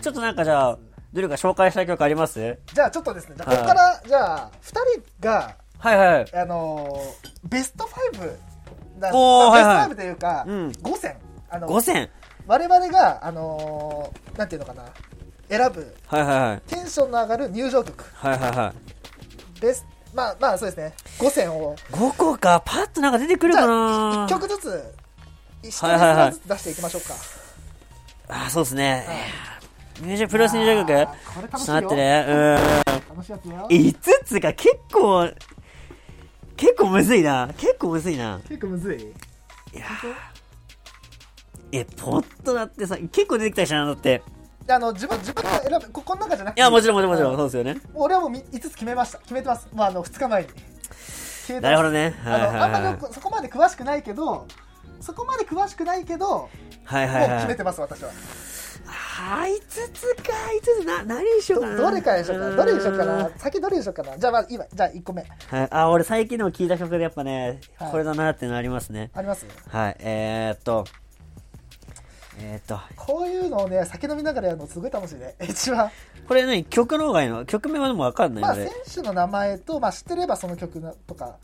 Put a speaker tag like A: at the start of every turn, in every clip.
A: ちょっとなんかじゃあ、どれか紹介したい曲あります
B: じゃあちょっとですね、じゃあここから、じゃあ、2人が、
A: はいはい。
B: あのーベスト5だ、ま
A: おー
B: あ
A: はいはい
B: ベスト5というか、
A: うん
B: 5選。あの、
A: 5選
B: 我々が、あのーなんていうのかな、選ぶ、
A: はいはいはい。
B: テンションの上がる入場曲、
A: はいはいはい。
B: ベスまあまあそうですね、5選を、
A: 5個か、パッとなんか出てくる
B: じゃ
A: か
B: あ、
A: な
B: 1曲ずつ、1人
A: はいはいはい
B: ずつ出していきましょうか。
A: あ、そうですね。ミュージックプロス入場曲
B: あーこれ
A: ちょ
B: 楽
A: っ
B: しい
A: と
B: よ
A: 待ってね。うーん。
B: 楽しいやつだよ。
A: 5つか、結構、結構むずいな。結構むずいな。
B: 結構むずい
A: いやーえ、ポッとだってさ、結構出てきたりしたな、だって。
B: あの自分自分が選ぶここの中じゃなく
A: い
B: て
A: や、もちろんもちろんもちろ
B: あ
A: ん、そう
B: の
A: ですよね。
B: 俺はもう5つ決めました決めてます、まあ、あの2日前に決めてます
A: なるほどね。は
B: あ
A: いはい
B: のあんま
A: は
B: りこそこまで詳しくないけどそこまで詳しくないけど、
A: い。はいはい
B: もう
A: は
B: 決め
A: い。
B: てます私は
A: あー、5つか、5つ、な、何にしようかな。
B: どれからでしょうかなどれでしょうか
A: ーん
B: な先どれでしょうかなじゃあまあ今じゃあ1個目
A: はい、あ、俺最近でも聞いた曲でやっぱね、
B: はい
A: これだなっていうのありますね。
B: あります
A: はい、えー、っと、えー、っと、
B: こういうのをね酒飲みながらやるのすごい楽しいね 一番
A: これ何曲の方がいいの曲名はでもわかんない
B: まあ選
A: よね。
B: 手の名前と、まあ、知ってればその曲のとか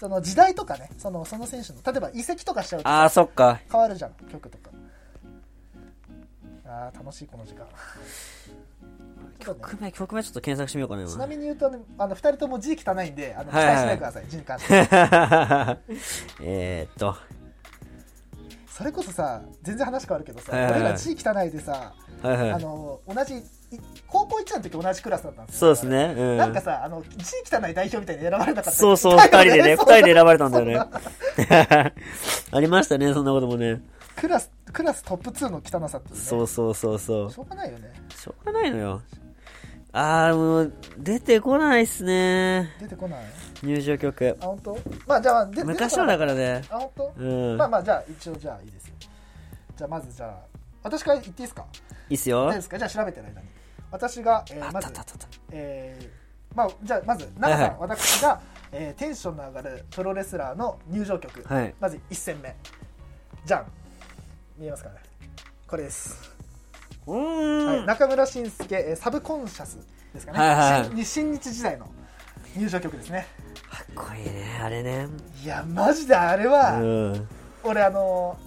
B: その時代とかねそのその選手の例えば移籍とかしちゃうと
A: あー、そっか。
B: 変わるじゃん曲とかあー楽しいこの時 間ちょっとね
A: 曲名、曲名ちょっと検索してみようかな、
B: ちな
A: 今。
B: みに言うと、ね、あの2人とも字汚いんであの期
A: はいはい
B: 待しないでください、字に関して
A: えーっと、
B: それこそさ全然話変わるけどさ、
A: はいはいはい
B: 俺ら字汚いでさ、
A: はいは
B: あ
A: い。
B: の同じい高校1年の時同じクラスだったんですよ
A: そうですね。うん。
B: なんかさあの字汚い代表みたいに選ばれなかった
A: そうそう、二
B: いた
A: 人
B: よ
A: で ね、二
B: そうそう
A: 人で選ばれたんだよね。 ありましたね、そんなこともね。
B: クラスクラストップ2の汚さっていうね
A: そうそうそうそう。
B: しょうがないよね
A: しょうがないのよ。あー、もう、出てこないっすね。
B: 出てこない
A: 入場曲
B: あ。本当まあじゃあで
A: 昔のだからね。
B: らあ本当、
A: うん
B: まあ。まあじゃあ一応じゃあいいですよじゃあまずじゃあ私から言っていいですか
A: いいっす
B: ど
A: よ
B: うで。すかじゃあ調べてる間に私が、え
A: あ
B: ー、
A: った
B: ま
A: あった
B: ず
A: あったあった。
B: えーまあじゃあまず長さん、
A: はいはい
B: 私が、えーテンションの上がるプロレスラーの入場曲、
A: はい
B: まず1戦目じゃん見えますかねこれです、
A: うーん。
B: はい、中村信介、えーサブコンシャスですかね、
A: はいはいはい
B: 新新日時代の入場曲ですね
A: かっこいいね、あれね。
B: いやマジであれは、
A: うん。
B: 俺あの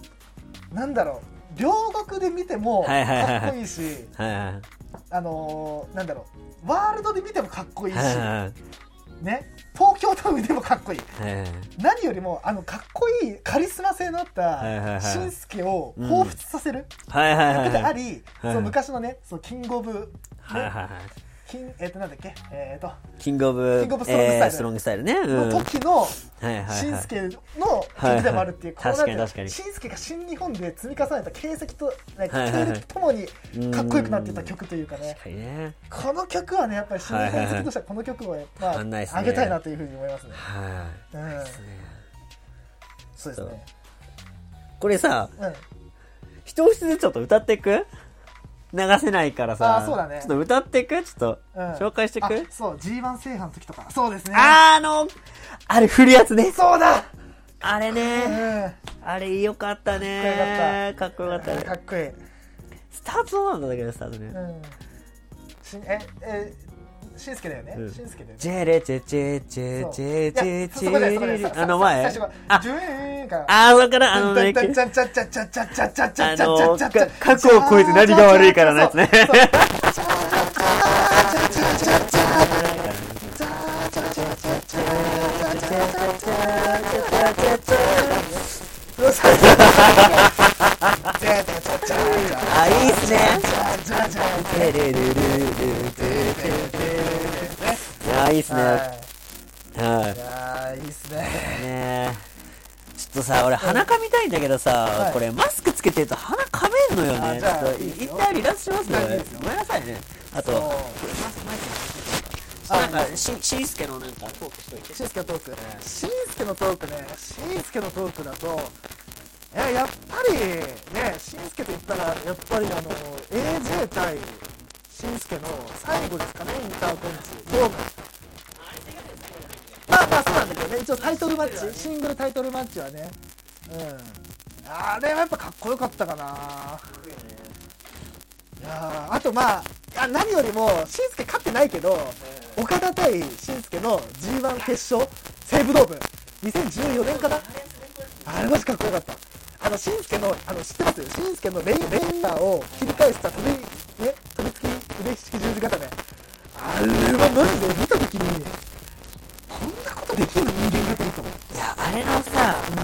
B: ーなんだろう両国で見ても
A: はいはいはいは
B: か
A: い
B: っこいいし、
A: はいは
B: あのーなんだろうワールドで見てもかっこいい
A: い。
B: し、
A: はいはい
B: ね、東京ドームでもかっこいい
A: はいはい。
B: 何よりもあのかっこいいカリスマ性のあっ
A: はいはいは
B: た
A: い
B: 紳助を彷彿させる
A: はいはいはい
B: 曲で
A: はい。
B: あり、
A: はい
B: その昔のねそのキングオブ、ね
A: はいはいはい。
B: キンえっ、となんだっけえっ、と
A: キングオブ
B: キングオブ、ストロングスタイル
A: えーストロングスタイルね。うん。はい
B: の時の
A: はいはい
B: 紳。助の曲でもあるっていう、
A: はいはい
B: こうなん
A: 確か
B: ていう
A: に確かに
B: 紳助が新日本で積み重ねた形跡と、ね、
A: はいはい
B: 経歴とともに
A: うん
B: かっこよくなってた曲というかね
A: 確かにね。
B: この曲はねやっぱり新日本好きとしてはこの曲をやっぱ、
A: たまんないっすね
B: あげたいなというふうに思いますね、
A: は
B: うん
A: い、
B: そうですね
A: これさ、
B: うん
A: 一節ずつちょっと歌ってく流せないからさ。
B: あーそうだね
A: ちょっと歌ってくちょっと、
B: うん
A: 紹介してく、
B: あそう G1 制覇の時とかそうですね
A: あーあの、あれ振るやつね。
B: そうだ
A: あれ
B: うん
A: ね。
B: か
A: あれよかったね。かっこよかった。ね。
B: っこいい、
A: スタートそうなんだけどね、スタートね
B: う。ん、しええしんすけだよね、
A: うん
B: しんすけだよね
A: ジェレチェチェチェチェチェチェあの前
B: あ
A: あ、
B: ジューンから
A: あー、そっからあのね、
B: ちゃちゃちゃちゃちゃちゃちゃちゃちゃ
A: あ
B: ちゃ
A: の
B: ちゃ
A: か
B: ちゃ
A: 過去を超えて何が悪いからのやつね。あ、いいっすね。テレルルルルルあ、いいっすね。はい
B: やーいいっすね
A: い。ねえちょっとさ、俺鼻かみたいんだけどさ
B: い、
A: これマスクつけてると鼻かめんのよ
B: あ
A: ね。
B: じ
A: ちょっ
B: ゃあ
A: と
B: いいです
A: 一
B: よ
A: 旦離脱しますね
B: いいです。よ
A: ごめんなさいね。あと、
B: そう
A: ちょっとなんか、し、しんすけのなんかトークしといて。
B: しんすけのトークしんすけのトークねしんすけのトークだとえやっぱりねしんすけと言ったらやっぱりあの AJ 対しんすけの最後ですかねインターコンチドームまあまあそうなんだけどね一応タイトルマッチシングルタイトルマッチはねうんあれはやっぱかっこよかったかないやあーあとまああ何よりもしんすけ勝ってないけど岡田対しんすけの g 1決勝西武ドーム2014年かなあれマジかっこよかったあのしんすけのあの知ってますしんすけのレイレイヤーを切り返した飛び,、ね、飛びつき腕式十字固めあれはマジで見た時にこんなことできる人間がと思ったもん
A: いやあれのさ
B: うん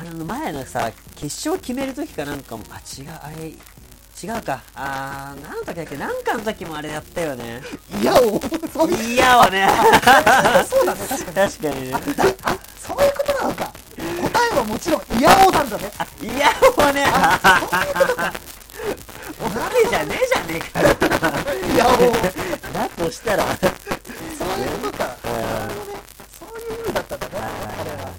A: あれの前のさ決勝決める時かなんかもあ違うあれ違うかあー何の時だっけ何かの時もあれやったよね
B: いや、おそういう、
A: 嫌わね
B: そうだね、確かに。
A: 確かにね
B: だあ、そういうことなのか。答えはもちろん、いやおなんだね。
A: 嫌わね お鍋じゃねえじゃねえか
B: いやお
A: だとしたら
B: そういうことか。なるほどね。そういう意味だったんだね、あれは。
A: いや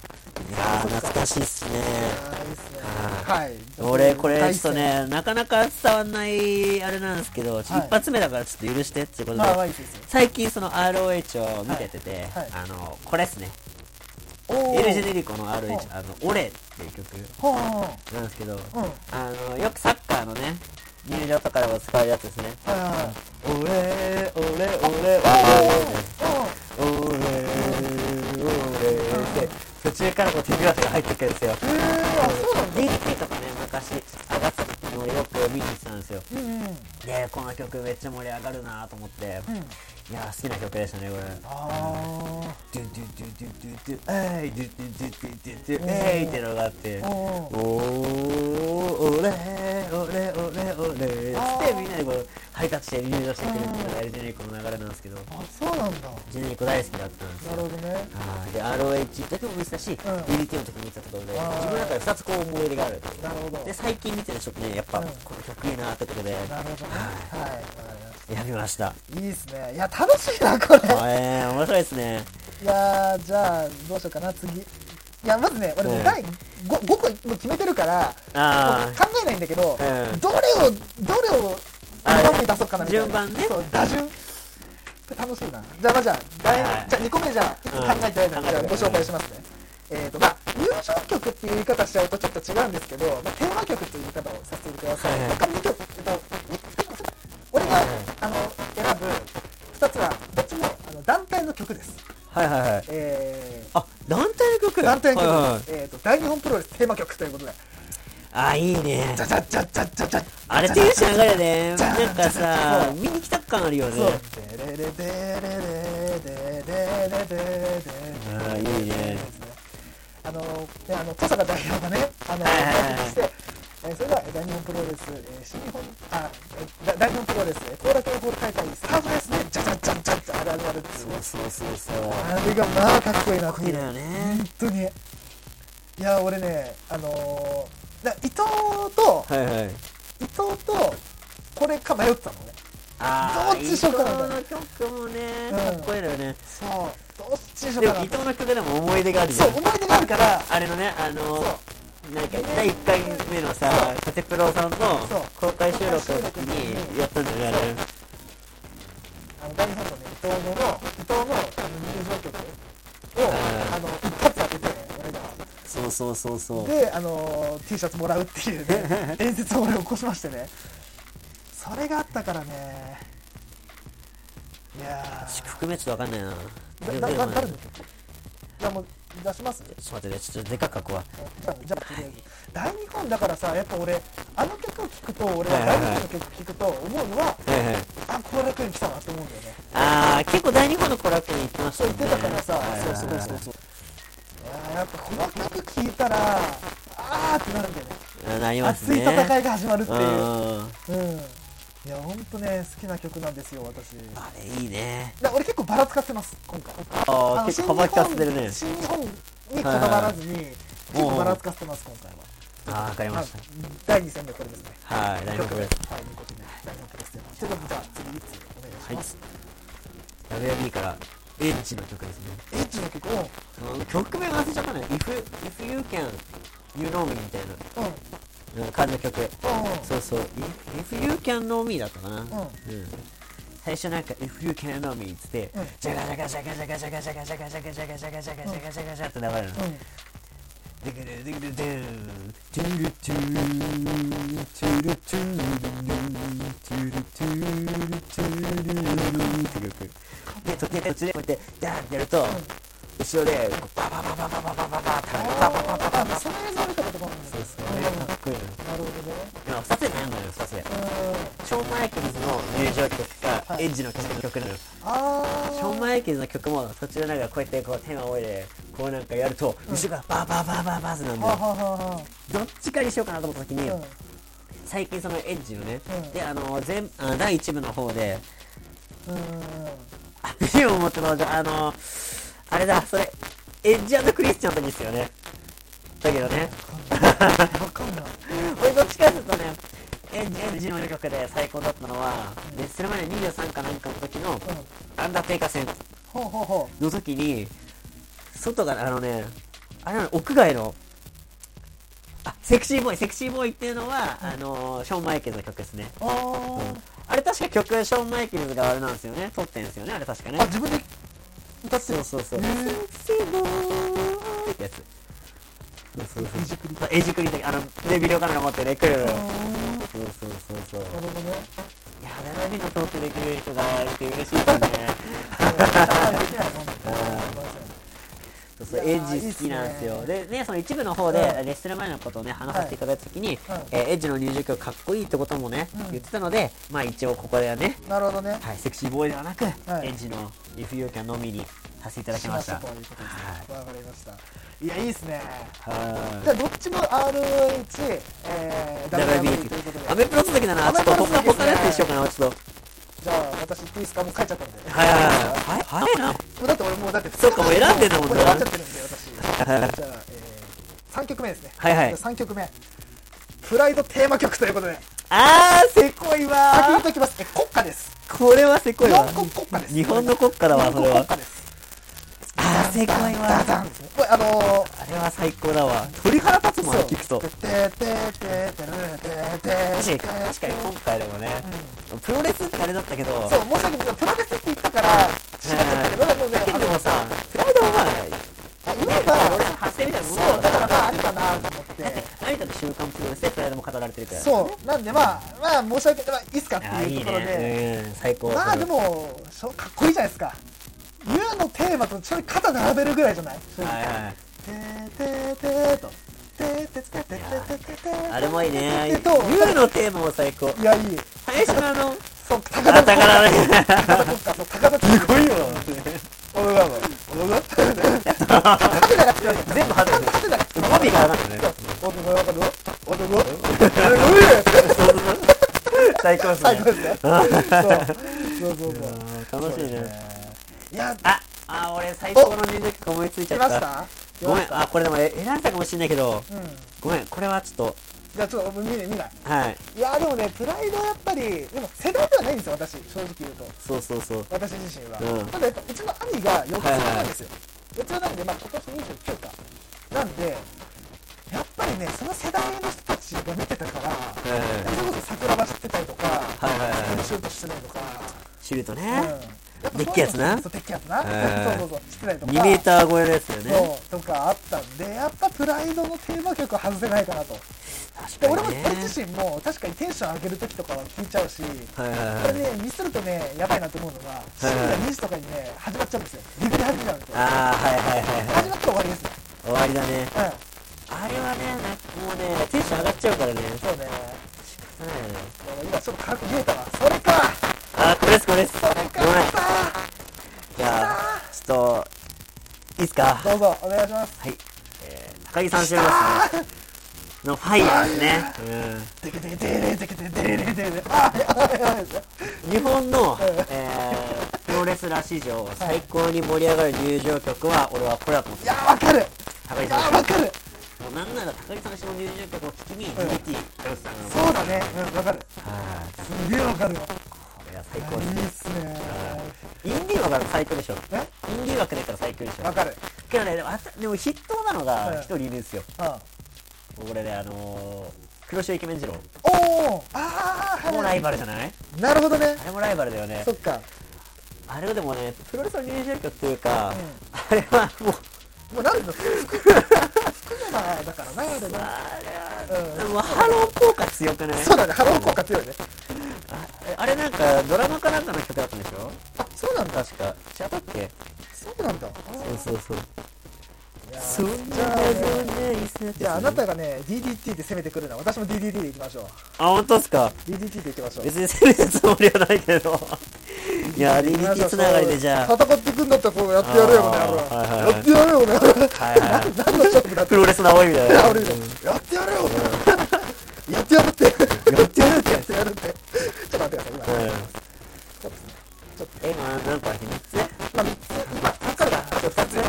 A: ー懐かしいっすね
B: あーいいっすね。はい。
A: 俺これちょ
B: 大
A: っ
B: 好
A: と
B: き。
A: ねなかなか伝わんないあれなんですけど、ちょっと一発目だからちょっと許してっていうことで、
B: まあ、まあいいですよ。
A: 最近その ROH を見ててて、
B: はいはい
A: あのこれっすね
B: お
A: エル・ジェネリコの
B: うん
A: ROH あの「オレ」っていう曲
B: ほー
A: なんですけど、
B: うん。はい
A: あのよくサッカーのね入場とかでも使うやつですね
B: は
A: 「オレオレオレ
B: い。
A: オレオレオレ」って途中からこう手拍子が入ってくるんですよ
B: うん。へー、あ、そうなんだ。
A: DDT とかね昔上がってたのをよく見に行ってたんですよ
B: うんうん。
A: でこの曲めっちゃ盛り上がるなと思って、
B: う
A: い
B: ん。
A: やー好きな曲でしたねこれ
B: あ
A: ドゥドゥドゥドゥドゥドゥえいドゥドゥドゥドゥドゥドゥえいってのがあって
B: ー。お
A: お
B: ー。
A: ーおれおれおれおれ
B: あー
A: つってみんなでこうハイタッチして入場してくれるっていうのがエルジェネリコの流れなんですけど
B: あ、そうなんだ。
A: ジェネリコ大好きだったんです
B: なる
A: よ
B: ほどね。
A: はいで ROH だけも見てたし、DDT の時も見てたところで
B: あー
A: 自分の中で2つこう思い出がある
B: なるほど。
A: で最近見てるちょっとねやっぱ
B: うん
A: この曲いいなってことで
B: なるほどね。はい。わかりまし
A: 選びま した
B: たいいですね。いや、楽しいな、これ。
A: えー面白いですね
B: いやー、じゃあ、どうしようかな、次。いや、まずね、俺、
A: うん
B: 第 5, 5個もう決めてるから、
A: あ
B: 考えないんだけど、
A: うん
B: どれを、どれを、
A: あ
B: 2番目に出そうかな、みたいな。
A: 順番ね
B: そう、打順。これ楽しいな。じゃあ、まあ、じゃあ、第
A: はい
B: じゃあ2個目じゃあ、
A: うん
B: 考えてないので、じゃあ、ご
A: 考えてない
B: 紹介しますね。えーと、まあ、入場曲っていう言い方しちゃうとちょっと違うんですけど、まあ、テーマ曲っていう言い方をさせてください。
A: はいはい
B: 他の2曲、えっと、俺が、あの、選ぶ2つは、どっちも、あの、団体の曲です。
A: ーはいはいはい
B: え
A: あ団体の曲
B: ー、団体の曲、
A: はいはい
B: えー、と大日本プロレステーマ曲ということで、
A: あいいね
B: じゃじゃじゃじゃじゃじゃ、
A: あれ手拍子流れね
B: じゃん
A: なんか
B: そ
A: さ
B: う
A: 見に来た感あるよね
B: そう、でれれでれれでれれでれ
A: あーいいね
B: あの、ね、あの、登坂代表がね、あの、
A: はいはいはい
B: 来て、えー、それではえー大日本プロレス、えー、新日本、あ、えーだ大日本プロレス、えー後楽園ホール大会スタートですね、じゃじゃじゃじゃじゃ、あれあれあれっていう、
A: そうそうそう
B: あれがまあかっこいいなって
A: 得
B: い
A: 意
B: う
A: だ。よね
B: 本当にいや俺ねあのー、な伊藤と
A: はいはい
B: 伊藤とこれか迷ったのね
A: あ
B: どっちにしようかな
A: 伊藤の曲もね
B: うん
A: かっこいいのよね
B: そうどっちにしよう
A: で
B: か
A: も
B: な
A: 伊藤の曲でも思い出があるじ
B: そ
A: ゃ
B: うん思い出があるから
A: あれのねあの
B: そう
A: なんか第1回目のさカテプロさんの
B: そう
A: 公開収録の時にやったんだよねあれ
B: あの大日本のね伊藤の伊藤のあの入場曲を
A: ん
B: あの一発当てて俺が
A: そうそうそうそう
B: であのー T シャツもらうっていう ね演説を俺起こしましてねそれがあったからねいやー
A: 含めちょっとわかんないな
B: だだだ
A: でも
B: 誰の曲じゃあもう出します
A: ちょっと待ってねちょっとでかく書くわ
B: じゃあ、じゃあとりあえず大日本だからさ、やっぱ俺、あの曲を聴くと、俺は大
A: はいはいはい
B: 日本の曲聴くと思うのは、
A: はいはい
B: あ、後楽園来たなって思うんだよね。
A: あー結構第2話のコラボに行ってました
B: そう
A: も
B: 言
A: ん
B: っ
A: ね
B: てたからさ
A: はい、はい
B: そう
A: はい
B: そうそうそう。いやーやっぱこの曲聴いたら、あーってなるんだよね。
A: うんなります
B: 熱い
A: ね
B: 戦いが始まるっていう。
A: うん
B: うん。いや、ほんとね、好きな曲なんですよ、私。
A: あれいいね
B: だ俺結構バラ使ってます、今回。
A: あ
B: の
A: あ結構幅利かせてるね
B: 新日本新日本にこだわらずに、結構バラ使ってます、今回は。
A: あーわかりま
B: はい
A: し
B: 第2戦目これですね。
A: たはい大丈夫です
B: はい、ということで、大丈夫ですよ。ということで、じゃあ、次、いつお願いします。
A: WB からエッジの曲ですね
B: エッチの曲を、うん、
A: うん曲名忘れちゃったね If, if you can you know me みたい
B: うん、
A: なうん感じの曲
B: うん、
A: そうそう If, if you can know me だったかな、うん
B: ん
A: 最初なんか「If you can know me」っつって
B: うん
A: 「ジャガジャガジャガジャガジャガジャガジャガジャガジャガジャガジャガジャガジャガジャ」って流れるの
B: うん。
A: ドゥクルドゥクルドゥードゥルトゥードゥルトゥードゥルトゥルトゥルーって曲で途中で途中でこうやってダーってやると後ろでこうバババババババババって
B: あ
A: バババババ
B: ーその映像見たこともあるん
A: そう
B: で
A: ですす
B: ね
A: よねかっこいいの
B: なるほどね
A: 今2つで悩んだのよ2つで
B: うん
A: ショーン・マイケルズの入場曲かエッジの曲なのよ
B: あ
A: シ
B: ー
A: ョーン・マイケルズの曲も途中でなんかこうやってこう手を置いてこうなんかやると後ろからバババババーってなんだ
B: はあ
A: よ
B: はあはあは
A: どっちかにしようかなと思った時に
B: あうん
A: 最近そのエッジのね、
B: うん
A: であの前あ第1部の方で
B: うん
A: あビを持って登場あのあれだそれエッジクリスチャンの時ですよねだけどね
B: わかんない
A: 俺どっちかというとねエッジエッジの曲で最高だったのはレッスルマニア23かなんかの時の
B: うん
A: アンダーテイカー戦
B: ほうほうほ
A: の時に外があのねあれなの屋外のあセクシーボーイセクシーボーイっていうのはあのショーン・マイケルの曲ですね
B: うあ
A: あれ確か曲、ショーン・マイケルズがあれなんですよね。撮ってんですよね、あれ確かね
B: ーあ。自分で歌って
A: そ
B: る
A: うそうそう。
B: へー
A: セクシーボーイってやつ。そうそう
B: エジプリ
A: そう。エジクリだけ、あの、で、ビデオカメラ持ってね、来る。
B: あー
A: そうそうそうそう。い
B: なるほどね
A: や、ララビのトークできる人がいて嬉しいですね。そうそう、
B: い
A: エ
B: やー
A: ッジ好きなんです
B: いい
A: よ。
B: っ
A: で、ね、その一部の方で、
B: うん
A: レッスル前のことをね、話させていただいたときに、
B: はい
A: えーエッジの入場曲かっこいいってこともね、
B: うん
A: 言ってたので、まあ一応ここではね、
B: なるほどね
A: はい、セクシーボーイではなく、
B: はい
A: エンジの If You Can のみにさせていただきました。
B: ということです
A: は
B: ねわかりましたいやいいですね
A: は
B: じゃあどっちも ROH えー
A: い。WB
B: WWE ということで
A: アメプロ続きだな。
B: ア
A: ち
B: メ
A: ょっ
B: プ
A: と
B: ロ続きですね
A: 他他のやつにしようかな。ちょっと。
B: じゃあ私言っていいですかもう書いちゃったんで
A: はいはいはい。早いな。
B: もうだって俺もうだって
A: そうかもう選んでんだもんな
B: これ終わっちゃってるんで私じゃあ、えー、3曲目ですね
A: はいはい
B: 3曲目プライドテーマ曲ということで
A: あー、せこ
B: 先
A: い
B: 言っ
A: わ
B: ときますえ国歌です
A: ー。これはせこい
B: 日
A: わ
B: 本。国国歌です
A: 日本の国家だわ、
B: 日
A: そ
B: 本
A: れ
B: 国
A: は
B: 国。歌です
A: あー、せこい
B: ダ
A: わ。
B: ダンこれあのー
A: あれは最高だわ。鳥肌立つもん、あれ聞くと
B: て。ててててて
A: 確
B: てて
A: かに、確かに今回でもね、プロレスってあれだったけど、
B: そう申し訳ないプロレスって言ったから違っちゃったけどでもね
A: け
B: あ
A: どでも
B: の
A: さ、プライドはまあ、
B: 今は
A: 俺の発生みたいなもん
B: そうだ
A: だ
B: か
A: からら。
B: まあありかなと思って
A: あなたの週刊プロレスでプライドも語られてるから。
B: そうなんでまあまあ申し訳ないまあいいっすかって
A: ああ
B: い
A: いうい
B: ところで
A: ね、うん、最高
B: まあでもそうかっこいいじゃないですか YOU のテーマとちょい肩並べるぐらいじゃない
A: はいは
B: てててとててててててて
A: いあれもいいね
B: えっと
A: YOU のテーマも最高
B: いやいい
A: 最初のあの
B: そう高
A: あ
B: 田
A: だから ね
B: 高田国家そう高田国家
A: すごいよ
B: 俺が俺が派手なやつだよ
A: 全部派手だよ
B: 派手なやつ
A: 語尾がなんかね
B: 俺が分かる俺が俺が俺が
A: 最高です
B: 最
A: ね
B: 高ですね。そうそうそうそう。
A: 楽しいね
B: いや、
A: ああ俺最高の入場曲思いついち
B: 来
A: ゃっ
B: ましたた。
A: ごめんあこれでもえ選んだかもしれないけど
B: うん。
A: ごめんこれはちょっ
B: じゃあちょっと俺見ない見ない。
A: とはい
B: いやでもねプライドはやっぱりでも世代ではないんですよ私正直言うと
A: そうそうそう
B: 私自身は。
A: うん
B: ただやっぱうちの兄が四つ上なんですよ。四つ上なんでまあ今年二十九かなんで。やっぱりね、その世代の人たちが見てたから、
A: ええ
B: それこそ桜庭知ってたりとか、
A: いはいはい
B: シュートしてたりとか、
A: シュルート
B: うん
A: ね
B: やぱそういうの
A: でっけえやつな
B: そう、でっけえやつな。
A: ええ
B: そうそうそう、知ってたりとか。
A: 2メーター超えのやつだよね
B: そうとかあったんでやっぱプライドのテーマ曲は外せないかなと
A: 確
B: で
A: か
B: 俺も
A: にね
B: 俺自身も確かにテンション上げる時とかは聴いちゃうしこ
A: はいはい
B: れ
A: はい
B: ねミスるとねやばいなと思うのが深夜2時とかにね始まっちゃうんですよビビり始めちゃうんですよ
A: ああはいはいはいはい
B: 始まったら終わりですよ
A: 終わりだね
B: うん
A: あれはねなんかもうねテンション上がっちゃうからね
B: そうね
A: うん
B: 今ちょっと軽く見えたわそれか
A: あ、これです、これです。ご
B: そ
A: め
B: れ
A: ん。
B: かさ
A: じゃあ、ちょっと、いいっすか
B: あどうぞお願いします
A: はい。えー、高木さん知りますね。のファイヤーですね。
B: テケテケテレテケテケテレテケテレあやばいやばいやばい
A: うん。日本の、えー、プロレスラー史上最高に盛り上がる入場曲は、俺はこれだと思っ
B: い
A: て
B: や
A: ます。
B: わかる
A: 高木
B: いや
A: さん
B: わかる
A: もうなんなら高木さんの入場曲を聞きに、DDT やってたの。
B: そうだねうんわかる
A: はい。
B: すげえわかるよ
A: これは最
B: い
A: 高
B: い
A: ですね。
B: っすね
A: インディー枠だから最高でしょ。
B: え
A: インディー枠だから最高でし
B: わ
A: ょ。
B: かる
A: けどね、でもあたでも筆頭なの
B: うん
A: が一人いるんですよ。
B: うん
A: 俺ね、あのー、黒潮イケメン二郎。
B: おおああ
A: もうライ
B: ル
A: バルじゃない
B: なるほどね
A: あれもライバルだよね
B: そっか
A: あれはでもねプロレスの入場曲っていうか、
B: う
A: あれはもう
B: もうなん だ福山だからなあれな
A: あ
B: う
A: れはもうハロー効果強くない
B: そうだねハロー効果強いね
A: あれあれなんかドラマかなんかの曲だったんでしょ
B: あそうなんだ
A: 確か違ったっけ
B: そうなんだ
A: そうそうそう
B: いやー
A: そん
B: じゃ
A: な
B: あね
A: 謎なリスナー
B: じゃああなたがね DDT で攻めてくるな私も DDT でいきましょ
A: あ本当ですか
B: う DDT でいきましょう
A: 別に攻めるつもりはないけどいや DDT つながりでじゃあ
B: 戦っていくんだったらこうやってやれよこの野郎
A: あーはいはいはい
B: やってやれよこの野郎
A: はいはいはい
B: 何の勝負だって
A: プロレスの青いみたいな
B: 俺のやってやれよこの野郎やってやるってやってやるってやってやるってちょっと待ってください今
A: う
B: ち
A: ん
B: ょっとね
A: え今なんか秘密
B: まあ3つ今分かるかあと2つね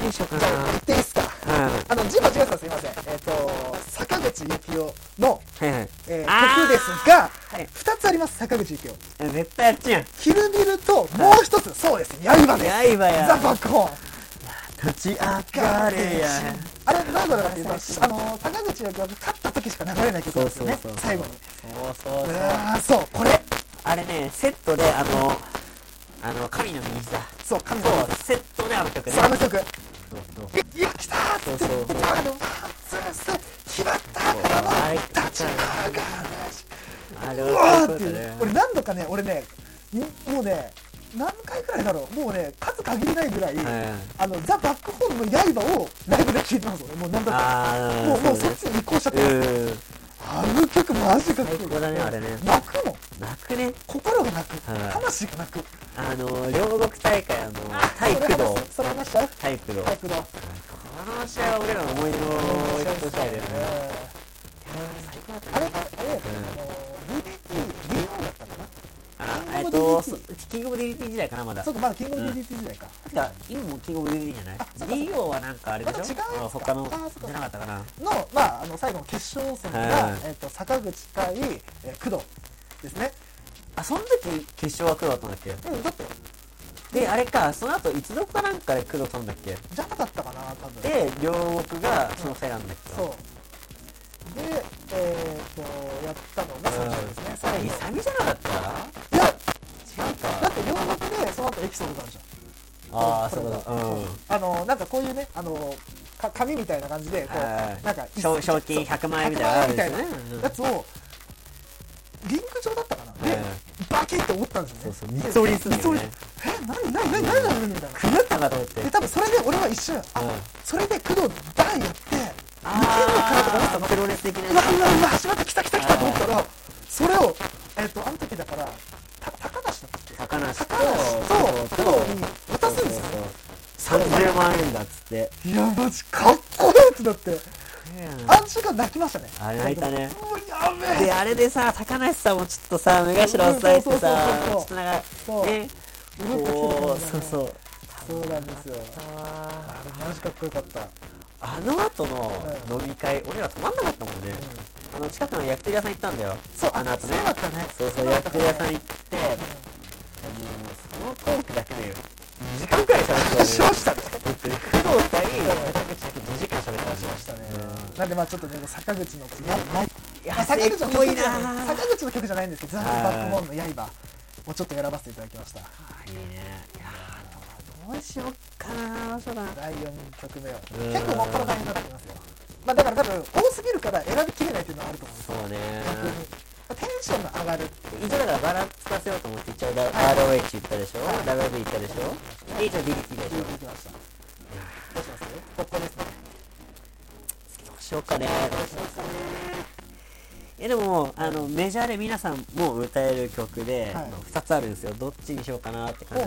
A: 何しようか
B: じゃあ言っていいっすか
A: なは
B: あのジムジムさんすいませんえっと坂口幸雄の
A: いはいはい
B: え
A: あ
B: ー
A: ー
B: 曲ですが
A: はい
B: 2つあります坂口幸雄
A: え絶対あっちやん
B: キルビルともう一つそうです刃です
A: 刃や
B: ザ・バックホーン
A: 立ち上がれや
B: あれ何だろうかっていうとあの坂口が勝った時しか流れない曲なんですよね
A: そうそうそう
B: 最後に
A: そうそう
B: う
A: そう
B: わーそうこれ
A: あれねセットであのあの神の右だ
B: そう神
A: そ
B: 様
A: うセットであの曲ね
B: そうあの曲い
A: そうそう
B: いや来たーって
A: そうそう
B: 言ってあのワンツースリー決まったーからの
A: あれ
B: 立ち上がるし
A: あれ
B: うわ
A: は
B: ーっていう俺何度かね俺ねにもうね何回くらいだろうもうね数限りないぐらい、
A: はい
B: あのザ・バックホーンの刃をライブで聴いてます俺もう何度か
A: ああ
B: もうもうそっちに移行しちゃってます、
A: うん
B: あの曲マジかっこいい
A: 最高だねあれね
B: 泣くもん
A: 泣くね
B: 心が泣く
A: はい
B: 魂が泣く
A: あの両国大会あの体育道
B: それ話したそれ話した
A: 体育道
B: 体育の
A: あの試合は俺らの思い出の一試合だよね
B: あれがあれだよねあの DDT 竜王だったか
A: あ
B: キン
A: え
B: グ
A: っ
B: オ
A: と
B: ブ DDT
A: そキングオブ DDT 時代かなまだ
B: なそうかまだキングオブ
A: うん
B: DDT 時代か
A: 確か今もキングオブ DDT じゃない
B: あそうか
A: ?DO はなんかあれでしょ
B: また違うやつか
A: あ他の
B: あそうか
A: じゃなかったかな
B: のまああの最後の決勝戦
A: はい
B: が
A: はい
B: えっと坂口対えー工藤ですね
A: あその時決勝は黒だったんだっけ
B: うんだって
A: であれかその後一族かなんかで黒飛んだっけ
B: じゃなかったかな多分
A: で両国がそのせいなんだっけ
B: そうでえっとやったのが最初ですね
A: 最
B: 最
A: 後
B: 後
A: 勇じゃなかった
B: いや
A: 違う
B: だっ
A: か
B: て両国でその後エピソードがあるじゃん
A: ああ
B: こ
A: そ
B: れ
A: うだうん
B: あのなんかこういうねあのか紙みたいな感じでこう、
A: はい
B: なんか
A: 賞賞金100万円みたいなのあるんです
B: 100
A: よね
B: 万円みたいなやつをリンク上だったかなで、
A: はい
B: バキって折ったんですよね
A: そうそう三つ折りするんだよね
B: 三つ折りえ何何何何何みたいな
A: くぐったかと思って
B: で多分それで俺は一瞬あ、
A: うん
B: それで工藤バンやって
A: ああプロレス的
B: うわ
A: な
B: うわうわ始まった来た来た来たと思ったらそれをえっ、とあの時だからた高梨だったっけ
A: 高梨と
B: 高梨と工藤に渡すんですよ
A: そうそう30万円だっつって
B: いやマジかっこいいってなってあの瞬間泣きましたね
A: あれ泣いたね
B: うわやべえ
A: であれでさ高梨さんもちょっとさ目頭押さえてさち
B: そうそうそうそう
A: ょっとなん
B: そう
A: かねこうそうそう
B: そうなんですよあれマジかっこよかった
A: あの後の飲み会俺ら止まんなかったもんねあの近くの焼き鳥屋さん行ったんだよ
B: そう
A: あの後ね
B: そうだったね
A: そうそう焼き鳥屋さん行ってもうそのトークだけで2時間くらい喋って
B: した
A: よ
B: ましたね
A: 工藤対私だけ2時間喋ってまし
B: しま
A: た
B: したねなんでまあちょっとね坂口のや
A: いや
B: まあ坂口の
A: かっこ
B: 曲
A: いい
B: じゃない
A: な
B: 坂口の曲じゃないんですけどザ・
A: はい
B: バックモンの刃をちょっと選ばせていただきました
A: いいねいやーどうしよっかなそうだな
B: 第4曲目を
A: うん
B: 結構もっぱら大変だと思いますよまあだから多分多すぎるから選びきれないっていうのはあると思うんです
A: そうね
B: 逆にテンションが上がる
A: 一応だからバランスさせようと思って一応 ROH 行ったでしょ WB 行ったでしょで一応
B: 言
A: DDT でしょ
B: ってきました。どうします？ここですね。
A: どうしようかねどうしようかねえでもあのメジャーで皆さんも歌える曲で、
B: はい
A: 2つあるんですよどっちにしようかなって
B: ほ
A: 感
B: う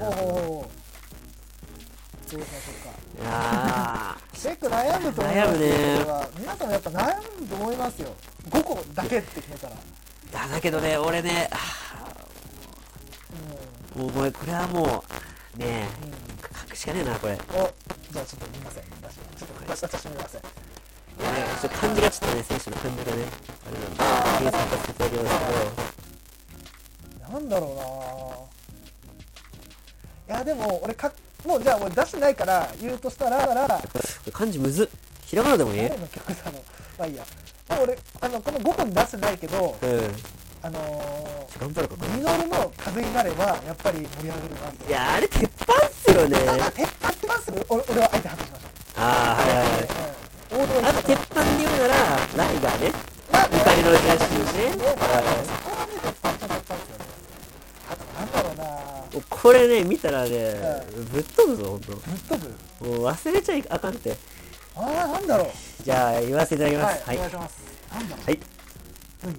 A: じ
B: ほ
A: なん
B: う
A: ですけ
B: ほうほう。どうしましょうか。結
A: どいやー
B: 構悩むと思いますよ。
A: 悩むね
B: これは皆さんもやっぱ悩むと思いますよ。5個だけって決めたら。
A: だだけどね俺ねあ
B: う
A: ーもうこれこれはもうね
B: ん。うん。
A: え書くしかねえなこれ、ね、
B: お、じゃあちょっと見ません。私はちょっと私私見ません。
A: ちょっと漢字がちょっとね選手の漢字がねあれなんで計算させてあげます
B: なんだろうな。いやでも俺かもうじゃあ俺出してないから言うとしたら。
A: けど漢字むずっひらがなでもいい
B: 誰の曲だろう。まあいいや。でも俺あのこの5個に出してないけど
A: う、ん
B: あのー。
A: 頑張るかこれ
B: ミノルの風になればやっぱり盛り上がるなって
A: いやあれ鉄板っすよね
B: あ鉄板ってます俺俺はあえて外しまし
A: ああはいはい
B: た、うん、王道に
A: あと鉄板で言うならライガーね
B: まあ
A: ゆかりの東ね
B: そこはね鉄板ちゃんとやったんですよ
A: これね、見たらね、ぶっ飛ぶぞ、ほんと。
B: ぶっ飛ぶ
A: もう忘れちゃいあかんって。
B: ああなんだろ
A: じゃあ、言わせていただき
B: う
A: ま
B: はい
A: す。、
B: お
A: は
B: 願い
A: い。
B: しますなんだろう
A: はい。
B: 何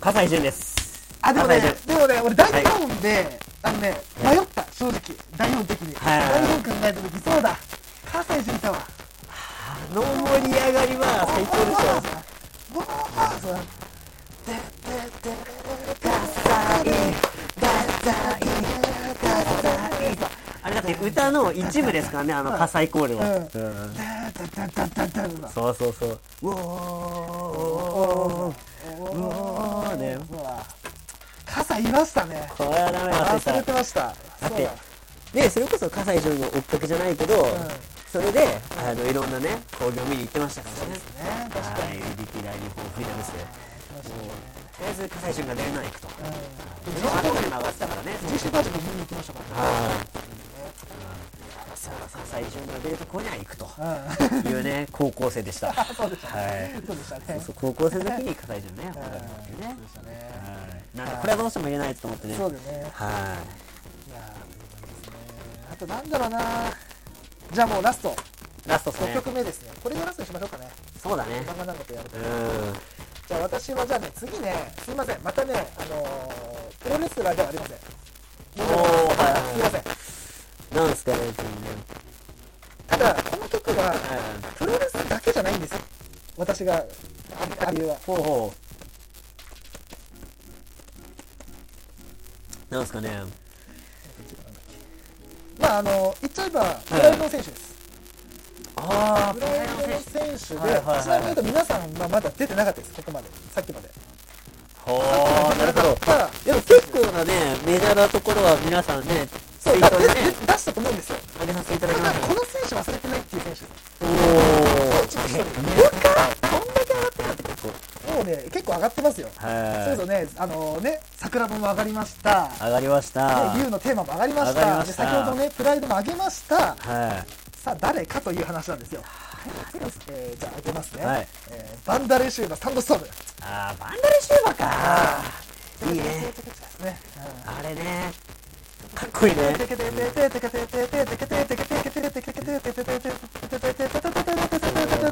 A: 葛西潤です。
B: あでも
A: あ大
B: ね
A: 丈夫
B: でもね俺大日本で、あのね迷った正直大日本的に、
A: はい
B: 大日本考えた時そうだ葛西潤太は
A: あの盛り上がりは最高でしょ。
B: ボーーズ
A: あれだって歌の一部ですからね、あの火災コールは。うん
B: ダダダダダダ
A: そうそうそう。うおーおーね
B: うわ傘いましたね
A: これはダメだ忘
B: 忘
A: れ
B: れ
A: て
B: て
A: た。
B: ました
A: だっ
B: そう
A: てね、それこそ葛西潤の追っかけじゃないけど、それで、あの、いろんなね、興行見に行ってましたから
B: だ
A: ね。
B: ね確か
A: はい、リキラ日本フリーダムスで。もうとりあえず葛西潤が出れないくと。
B: に
A: その後で回ってたからね。
B: ジェシーバージョンも見に行きましたからね
A: ああ、さあ、葛西潤が出るとこには行く と。
B: うん
A: いうね、高校生でした。
B: そうでした
A: はい。
B: そうでしたね
A: そうそう高校生の時に課題じゃね、
B: うん
A: 本格になってね
B: そうで。したね
A: はい。なんでこれはどうしても言えないと思ってね。
B: そうだね
A: はい
B: やーいいですねあとなんだろうなじゃあもうラスト
A: い。ラストっす
B: 6
A: ね。
B: 曲目ですねこれでラストにしましょうかね
A: そうだね
B: 漫。画なんかとやると
A: うん。
B: じゃあ私はじゃあね次ねすいませんまたねあのープロレスラーではありません
A: おー
B: はいすいません
A: なんですかね、別にね。
B: ただこの曲は
A: うん
B: プロレスだけじゃないんですよ私があ理由は
A: ほうほう。なんですかね。
B: まああの言っちゃえばプロレスの選手です
A: ああ、
B: プ
A: プ
B: ロ
A: ロ
B: レ
A: レスの選手。
B: スの選手
A: はい
B: で
A: はいはい
B: ちなみに言うと皆さんまあまだ出てなかったですここまでさっきまで
A: ほーなるほど。
B: ただ
A: でも結構なね、メジャーなところは皆さんね、
B: そう
A: ツイ
B: だ出
A: ート
B: 出
A: で
B: 出
A: ね、
B: したと思うんですよ
A: 上げさせていただ
B: た
A: き
B: だ
A: ました
B: こ。の選手忘れてないっていう選手です
A: おお。こんだけ上がってたって結構。
B: もうね結構上がってますよそ
A: は
B: れこそね、あのね、桜も上がりました。
A: い。上がりました。
B: ね、竜のテーマも上がりまし
A: 上がり
B: た。
A: ま
B: で、
A: した
B: 先ほどね、プライドも上げました。
A: は
B: さあ、誰かという話なんですよ。えーじゃあ、上げますね。
A: はい
B: えーバンダレーシューバー、サンドストーム。
A: い。ああ、バンダレシューバーかいいね。
B: ね。
A: あれね。かっこいいね。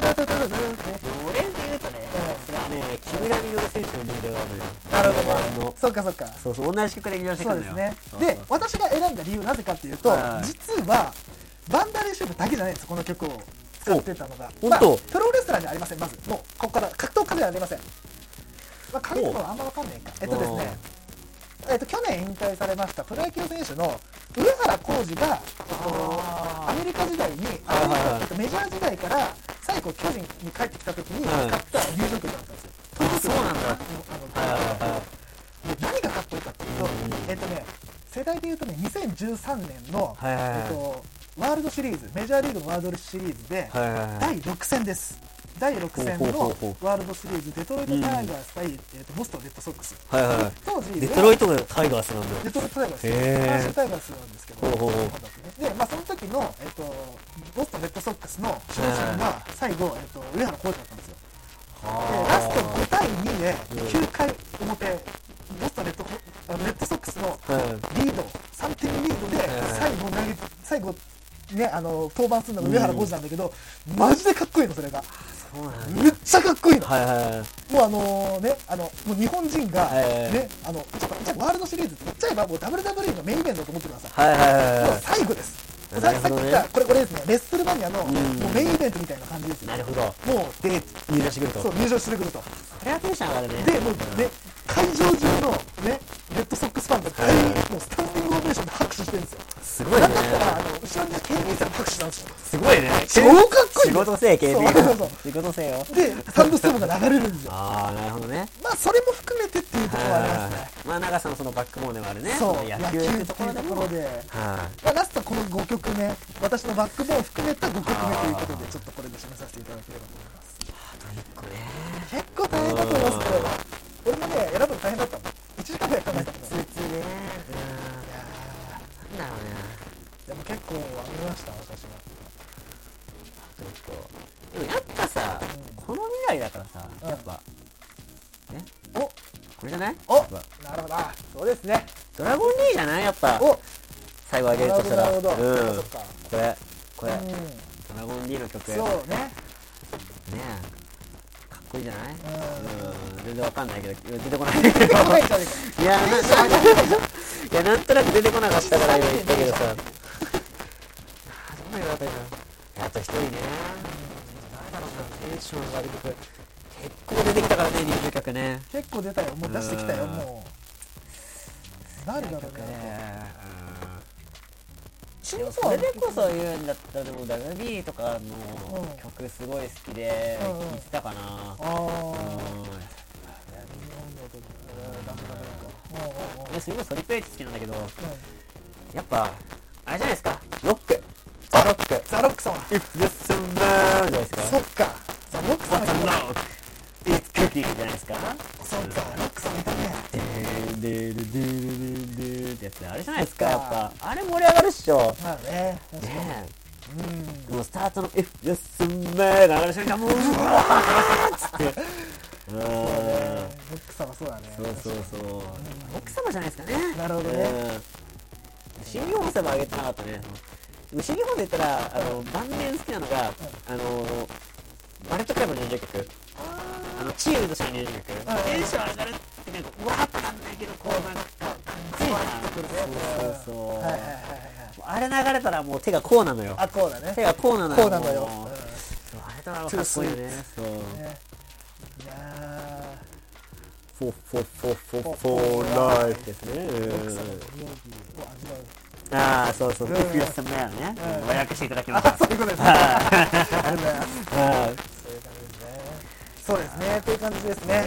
A: 俺で言うとね、ね、木村美代選手の人ではあるよ。
B: なる
A: あ
B: ほど
A: の。
B: そっかそっか。
A: そうそう、同じ曲で見直してく
B: そう
A: るの
B: で
A: よ。
B: すね。で、私が選んだ理由なぜかっていうと
A: は、い
B: 実はバンダレーシューブだけじゃないんです。この曲を使ってたのが。
A: お
B: まあ
A: 本当
B: プロレスラーじゃありません。まずもうここから格闘家ではありません。まあ、神様はあんまわかんないか。えっとですね。えっと去年引退されましたプロ野球選手の上原浩二がアメリカ時代にアメリ
A: はいはい
B: カ
A: はい
B: えっとメジャー時代から最後巨人に帰ってきた時に
A: はい
B: 買った入場曲だったんですよ。
A: あそうなんだ
B: あの
A: はいはいはい
B: で何がかっこいいかっていうと、えっとね、世代でいうとね、2013年の、
A: はいはいはい
B: えっと、ワールドシリーズ、メジャーリーグのワールドシリーズで、
A: はいはいはい
B: 第6戦です。第6戦
A: ほうほう
B: の
A: ほうほ
B: ワールドシリーズ、デトロイト・タイガース対、えっと、ボストン・レッドソックス。
A: はいは
B: 当時
A: い。デトロイ
B: ト
A: トのタイガースなんだよ。
B: デトロイト・タイガース、
A: へー
B: 阪神タイガースなんですけど、
A: ほうほうほう
B: 日本だとねで、まあ、その時の、えっと、ボストン・レッドソックスの勝者が最後、えっと、上原浩二だったんですよ。でラスト5対2で9回表、ボストンレッドあのレッドソックスのリード、3点リードで最後投げ、最後ね、あの登板するのが上原浩二なんだけど、マジでかっこいいの、それが。
A: そうなんだ。
B: めっちゃかっこいいの。
A: はいはいはい。
B: もうあのね、あの、もう日本人が、
A: ええ
B: ね、あの、ちょっとじゃあワールドシリーズって言っちゃえば、もう WWE のメインイベントだと思ってください。
A: はいはい
B: もう
A: は
B: 最後です。
A: な
B: さ
A: る
B: さ
A: ほ
B: っき
A: どね
B: 言った、これこれですね、レッスルマニアのもうメインイベントみたいな感じです
A: い。
B: よ。
A: なるほど。
B: もう、
A: で、入場してくると。
B: そう、入場してくると。
A: それはテンション上がるね。
B: で、もう、で、会場中のね、レッドソックスファンが全員、もうスタンディングオベーションで拍手してるんですよ。
A: すごいね
B: なんだったら、あの、後ろにいる警備員さんの拍手なんですよ。
A: すごいね。
B: 超かっこいい
A: 仕事せえ、警備
B: そうそうそう
A: 仕事せえよ。
B: で、サンドストームが流れるんですよ。
A: ああ、なるほどね。
B: まあ、それも含めてっていうところはありますね。
A: まあ、長さのそのバックボーンでもあるね。
B: そう、
A: の
B: 野
A: 野球
B: 球
A: っ
B: ってて
A: ところで
B: とこ
A: も。
B: ろで。
A: は
B: まあ、ラストこの5曲ね、私のバックボーンを含めた5曲目ということで、ちょっとこれで締めさせていただければと思います。
A: い。これ
B: 結構大変だと思いますけど、俺もね、選ぶの大変だったの。1時間ぐらい考えたけど。いや
A: 別ね。うん。なんだろうね。
B: ーでも結構あげました、私は。
A: ちょっと。でもやっぱさ、この未来だからさ、やっぱ、ね、
B: お
A: これじゃない
B: お
A: やっぱ
B: なるほどそうですね
A: ドラゴン D じゃないやっぱ。
B: お
A: 最後あげるとした
B: な
A: ら
B: るほど
A: う
B: なるほど
A: ん
B: そっか
A: これこれ、
B: うん
A: ドラゴン D の曲ね
B: そう ね
A: えかっこいいじゃない
B: ん
A: うん全然わかんないけど出てこないけど
B: 考え
A: い
B: ちゃうね
A: やなないやなんとなく出てこなかったから今言ったけどさ あどんな色だったかなあと一人ね誰だろうなテンションが悪くて結構出てきたからね入場曲ね
B: 結構出たよもう出してきたよ
A: うん
B: もう誰だろうねチー
A: でも
B: ム
A: そ
B: ソ
A: れ
B: ン
A: でこそ言うんだったらでも WB とかの
B: うん
A: 曲すごい好きで
B: うんうん
A: 聴いてたかな
B: ああ
A: う
B: いや日本の時うんダメダメなんかうんうんうん
A: んいやすごいソリプレイ好きなんだけど
B: うん
A: やっぱあれじゃないですかロックザ・ロック
B: ザロック様
A: If the sun burns じゃないですか
B: そっかザロック様
A: What's a
B: いた
A: rock? It's cooking じゃないですか
B: そっかロック様いたね
A: でーでーでーでーでーってやつあれじゃないですかやっぱあれ盛り上がるっしょ
B: まあね確かに
A: ね
B: うん
A: えもうスタートの「If the sun burns」流れ瞬間もううわーっつってうーん
B: ロック様そうだね
A: そうそうそう奥様じゃないですかね
B: なるほどね
A: うん新日本様あげてなかったね新日本で言ったらあの晩年好きなのがあのバレットクラブの入場曲あのチームとしての入場曲
B: ん
A: テンション上がるってなんかわーってなんないけどこうなんか熱いなそうそうそう、
B: はいはいはいはいはい
A: あれ流れたらもう手がこうなのよ
B: あこうだね
A: 手がこうなのよ
B: こうなのよ
A: もう
B: う
A: そうあれだなかっこいいよねそうん
B: ねいや
A: フォフォフォフォフォ
B: for
A: ーライフですね
B: ーロック様の料理を味
A: うん
B: わう
A: ああ、そうそう、
B: うん
A: ピクヨスメアね
B: う、ん
A: 和訳していただきました。
B: そういうことですねありがとうござい ます
A: はい。
B: そういう感じですねそうですねという感じです
A: そう
B: ね
A: ね、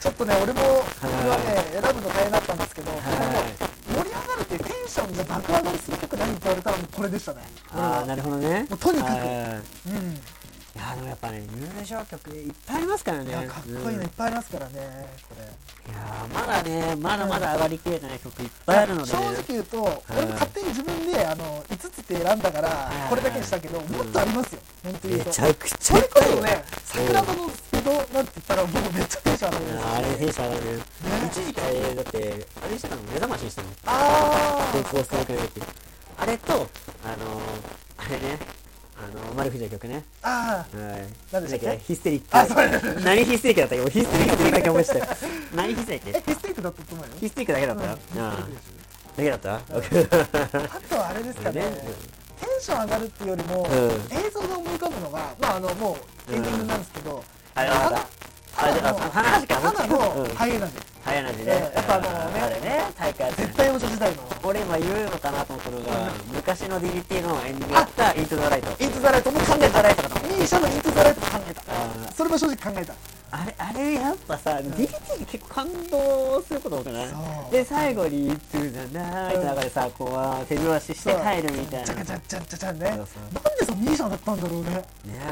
B: ちょっとね俺もこれはね選ぶの大変だったんですけど、
A: い
B: でも盛り上がるっていうテンションが爆上がりする曲何って言われたらもうこれでしたね
A: うん、ああ、なるほどね。
B: もうとにかく
A: はい
B: う
A: い
B: ん、
A: や、でもやっぱね、入場曲いっぱいありますからね。
B: いやかっこいいのいっぱいありますからねこれ
A: うん。いやー、まだね、まだまだ上がりきれてない曲いっぱいあるので。
B: 正直言うと、俺も勝手に自分であの5つって選んだから、
A: い
B: これだけにしたけど、もっとありますよ、本当に
A: め
B: 言うと
A: ちゃくち
B: そ
A: ゃ
B: れ
A: いっ
B: こ
A: ぱいあ
B: そ
A: るよ。
B: ね桜庭のスピードなんて言ったらもうめっちゃテンション上がるんですよ
A: あれ、テンション上がるね
B: ね。
A: 一時期あれ、だって、あれしてたの、目覚ましにしたの。
B: あ
A: 高校生くらいの時。あれと、あのー、あれね、あのー、マルフジの曲ね。
B: あああ
A: はい。
B: 何でしたっけ
A: なんだヒステリック。
B: あそうだ
A: 何ヒステリックだったっけ俺ヒステリックだけ思 い出したよ。何ヒステリッ
B: え
A: ク
B: ヒステリックだったと思うよ
A: ヒステリックだけだったよ。ああだけだった
B: あとはあれですかね、
A: ね
B: テンション上がるっていうよりも、
A: ん
B: 映像が思い浮かぶのが、まあ、あのもうエンディングなんですけど、
A: あれ
B: 花
A: わかった。あ、じゃあ、
B: 花
A: 話か。
B: 花
A: う
B: の
A: ん
B: ハイエナジ
A: 早いなじね。
B: ええやっぱあのね
A: あれね、大会やってる
B: 絶対王者時代の
A: 俺今言うのかなと思ったのが、昔の DDT のエンディングやったイントザライト。
B: イントザライトも考えたらミーシャのイントザライトも考え
A: あ
B: たそれも正直考えた
A: あれ、あれやっぱさ、DDT に結構感動すること多くない
B: そう
A: で、最後に、いつじゃないって中でさ、こうは手拍子して帰るみたい
B: じゃか。
A: な
B: じゃんじゃんじゃんじゃんねなん
A: そう
B: で
A: そう
B: そのミーシャだったんだろうね
A: ね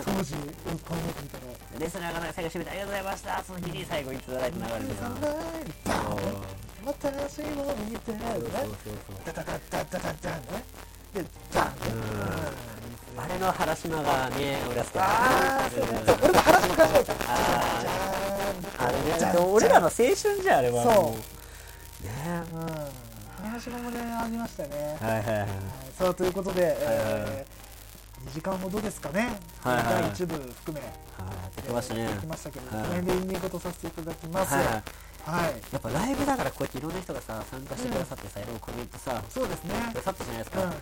B: 当時よく考えてみたら
A: レスラーが最後締めてありがとうございましたその日に最後いつだらいと流れてた
B: そんなバーン私も見てるねダダダダダダダンねでダンね
A: あれの原島がね俺は好きだ
B: ああそうねそう
A: ね
B: 俺も話も考えた
A: あ
B: じゃ
A: ああれね
B: じゃん
A: でも俺らの青春じゃんあれは
B: そう
A: もうね
B: ーんうん話もねありましたね
A: はいはいはい
B: さあということで、えー2時間ほどですかね、
A: はいはい
B: 第1部含め、
A: はいやってきましたね
B: やってきましたけど、
A: はい
B: この辺でエンディングとさせていただきます。
A: はい
B: は、
A: はいやっぱライブだからこうやっていろんな人がさ参加してくださってさいろいろコメントさ
B: そうですね。
A: くださったじゃないです
B: うん
A: か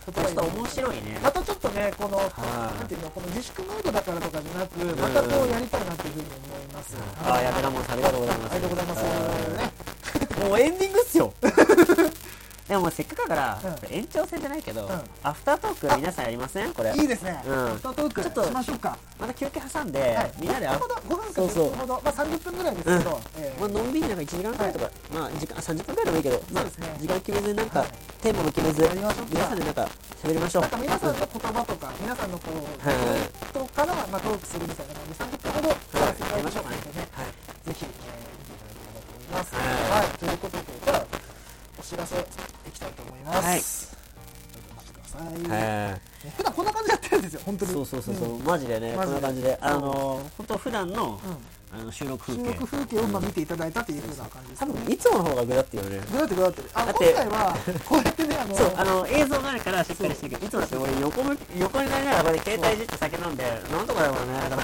A: そうすると面白いね
B: またちょっとね、この、
A: はい
B: なんていうの、この自粛ムードだからとかじゃなく、またこうやりたいなというふうに思います。
A: ああやべなもんさんありがとうございます
B: ありがとうございます。ね
A: もうエンディングっすよ でももうせっかくだから、
B: うん
A: これ延長戦じゃないけど、
B: ん
A: アフタートーク皆さんやりませんこれ
B: いいですね。
A: うん
B: アフタートーク
A: ちょっと
B: しましょうか。
A: また休憩挟んで、
B: はい
A: みんなで
B: 5
A: あ
B: 分ほど、5分か
A: そうそう
B: 10分ほど、まあ30分ぐらいですけど、えー
A: まあのんびりなんか1時間くらいとか、まあ時間30分くらいでもいいけど、まあ
B: そうですね
A: 時間決めずになんか、
B: はい
A: テーマも決めず
B: やりましょうか
A: 皆さんでなんか喋りましょう
B: なんか皆さんの言葉とか、皆さんのこう、
A: はい
B: とから、まあ、トークするみたいな感じで、30分ほど、
A: はい
B: やり
A: やり
B: ましょう
A: ましょう
B: かね
A: かね。
B: はい、ぜひ、えー、見ていただければと思います。は、というこ
A: はい
B: とで、じゃあ、お知らせいきたいと思います。
A: はい
B: お待ちください。
A: はい
B: ね普段こんな感じでやってるんですよ、本当に。
A: そうそうそう
B: う
A: そ
B: ん。
A: う、マジでね
B: マジ
A: こん
B: で
A: な感じであのー本当普段の、
B: うん
A: ああの収録風
B: 収
A: 景
B: 録風景をまあ見ていただいたというふうな感じです
A: 多
B: ね
A: 分いつもの方がグダってよね
B: どうやってどうやってあ今
A: だって
B: 回はこうやってねあの
A: そうあの映像があるからしっかりしてるけどいつもだって俺横向き横になりながらこれ携帯いじって酒飲んでなんとかだもんねとか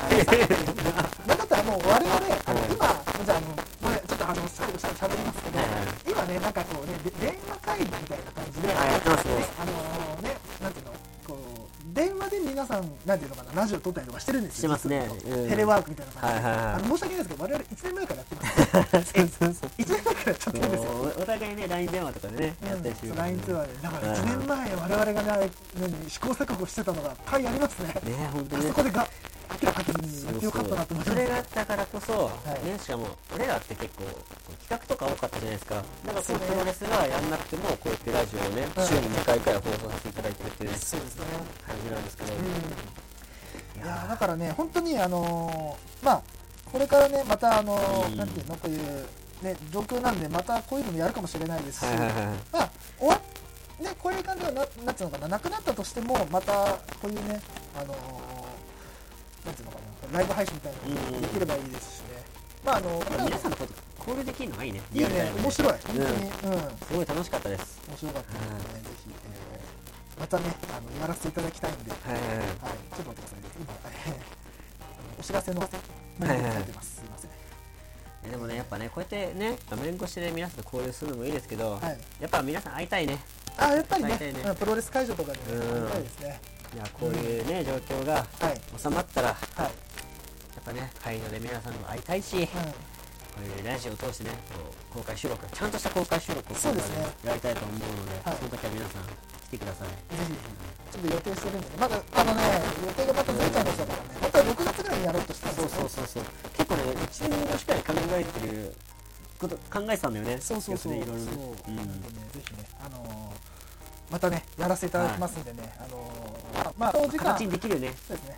B: だからもう我々あの
A: うん
B: 今じゃああのこれちょっとあの最後しゃべりますけど
A: はいは
B: 今ねなんかこうねで電話会議みたいな感じで、
A: はいやってますね
B: ねあのねなんていうのこう電話で皆さんなんていうのかなラジオ撮ったりとかしてるんですよ
A: してますね
B: ずっと
A: うん
B: テレワークみたいな感じで、
A: はいはいはい
B: あの申し訳ないですけど我々1年前からやってます
A: そうそう そう
B: 1年前からやっちゃってるんですよ
A: おお互いね LINE 電話とかでねやったりす
B: う
A: る
B: ん、ラインツアーでだから
A: はい
B: 1年前我々がね何試行錯誤してたのが甲斐ありますね
A: ね本当
B: あ
A: にね
B: そこでが明らかにやってよかったなと思って
A: それがあったからこそ、
B: い
A: ね、しかも俺らって結構企画とか多かったじゃないですかだからこ
B: そう
A: の
B: ね
A: プロレスがやんなくてもこうやってラジオをね、
B: はい
A: 週に2回くらい放送させていただいてるっていうね
B: そうですね
A: 感じなんですけど、
B: うんい
A: いや
B: や
A: ー
B: だからね本当にあのーまあこれからねまたあのー
A: うん
B: なんていうのこういうね状況なんでまたこういうのもやるかもしれないですし、
A: はいはいはい
B: まあ終わっねこういう感じはななんていうのかななくなったとしてもまたこういうねあのーなんていうのかなライブ配信みたいなのができればいいですしね、まああの
A: やっぱ皆
B: い
A: さんのこと交流できるのがいいね
B: いね面白い本当に、
A: うん
B: うん
A: すごい楽しかったです
B: 面白かったので、ねぜひ、えーまたねあのやらせていただきたいんで、
A: はいはいはい
B: はい、ちょっと待ってくださいね。今、えーお知らせの文字が書いてます。すいません。
A: えでもねやっぱねこうやってね画面越しで皆さんと交流するのもいいですけど、
B: はい
A: やっぱ皆さん会いたいね
B: あ、やっぱりね
A: 大体ね、
B: うんプロレス会場とかに
A: うん
B: 行きたいですね。
A: いやこういうね状況が
B: はい。
A: 収まったらや
B: はい。
A: っぱね会場で皆さんも会いたいし、こういうラジオを通してね、こう公開収録、ちゃんとした公開収録を
B: そうですね
A: 今回やりたいと思うので、
B: はい
A: その時は皆さん来てください。
B: うん。ぜひ、ちょっと予定してるんでね。まだ、あのね、予定がまたずれちゃいましたからね。また6月ぐらいにやろうとしてたんです
A: そう
B: よ。
A: そうそうそう。結構ね、1年越しくらい考えてること、考えてたんだよね。
B: そうそうそう。
A: いろいろね
B: そう
A: うん
B: なんでね、ぜひね、あのー、またね、やらせていただきますんでね、あのー、まあ、お時間、
A: 形
B: そう
A: にできるね、
B: ですね、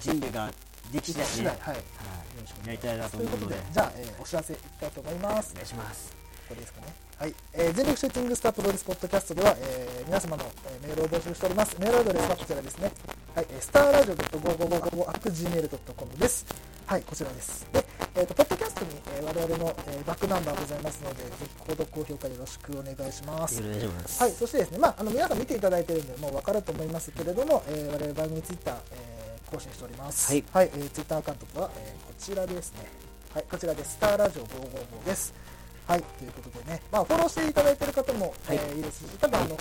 A: 人類ができ
B: 次
A: たらね、
B: 第、
A: はい
B: はい。
A: やりたいなと
B: とい
A: 思
B: う
A: う
B: こと
A: ので
B: で、、じゃあ、えーお知らせいきたいと思います
A: お。願いします。
B: これですかね。はい、えー全力シューティングスタープロレスポッドキャストでは、えー皆様の、えーメールを募集しております。メールアドレスはこちらですね。はい、えー、スターラジオ .5555.gmail.com です。はい、こちらです。で、えーと、ポッドキャストに、えー我々の、えーバックナンバーございますので、ぜひ、購読、高評価よろしくお願いします
A: よ。ろしくお願いします。
B: はい、そしてですね、まあ、あの皆さん見ていただいてるんで、もう分かると思いますけれども、えー我々番組ツイッター、えー更新しております。
A: はい
B: えツイッター Twitter アカウントは、えーこちらですね。はい、こちらです。スターラジオ555です。はい、ということでね、まあ、フォローしていただいてる方も、
A: はい
B: いえーいいですし、多分あの、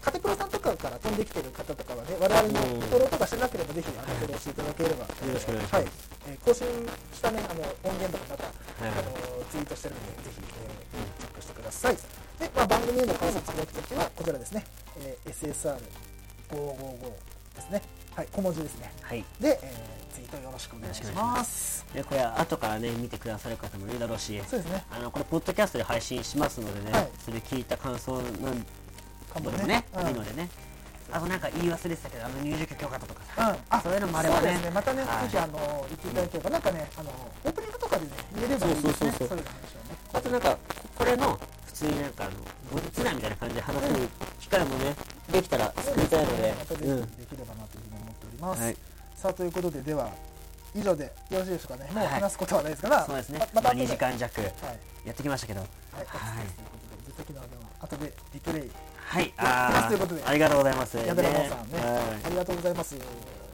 B: カテプロさんとかから飛んできてる方とかはね、我々のフォローとかしてなければ、ぜひあのフォローしていただければ、よ
A: ろしくお願いしま
B: は
A: す
B: い、えー更新したね、あの音源とかまた、
A: い
B: あのツイートしてるんで、ぜひ、えーチェックしてください。で、まあ、番組への感想をつぶやくときは、こちらですね、えー SSR555 ですね、はい、小文字ですね。
A: はい。
B: で、えーツイートよろしくお願いし
A: よろしくお願いしま
B: ます。
A: で、これは後からね、見てくださる方もいるだろうし、
B: そうですね、
A: あの、これ、ポッドキャストで配信しますのでね、
B: はい
A: それ聞いた感想なん
B: か
A: も
B: も
A: ね
B: ね。
A: ね、
B: うん
A: いいのでねあとなんか言い忘れてたけどあの入場許可と
B: う
A: かさ、
B: ん、あ
A: そういうのもあればね
B: そうですねまたね、
A: はい
B: ぜひあの言っていただければ、なんかねあのオープニングとかでね言えればいいですね
A: そうそうそうそう
B: いう話をね
A: あとなんかこれの普通になんかあの後日談みたいな感じで話す機会もねできたら作りたいので
B: またぜ
A: う
B: ひ
A: ん
B: できればなというふうに思っております、
A: はい
B: さあということででは以上でよろしいでしょうかねもう
A: はい
B: 話すことはないですから、
A: そうですね
B: まま
A: ま
B: た
A: あ
B: 後で
A: 2時間弱
B: はい
A: やってきましたけど
B: はい、
A: はい
B: ということで、ずっと昨日では後でリプレイ、
A: はい
B: やってます
A: あ
B: ということで
A: ーありがとうございます
B: 矢寺真央さんね、
A: は
B: ありがとうございます。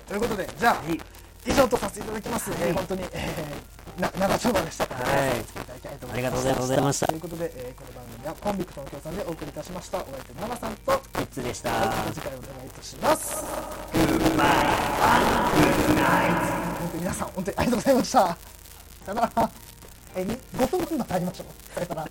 B: ということで、じゃあ、
A: いはい
B: 以上とさせていただきます。
A: は
B: え
A: い
B: ー本当に、えー、な長丁場でしたから、
A: はい
B: お付き合いいただきたいと思
A: あ
B: い
A: り
B: ま
A: が
B: す
A: とうございました
B: ということで、えーこの番組はコンビクトの協賛でお送りいたしました。お相手のママさんと、はい、
A: キッズでした
B: また次回お願いいたします。本当に皆さん、本当にありがとうございました。さよなら。えー、に5分今帰りましょう。さよなら。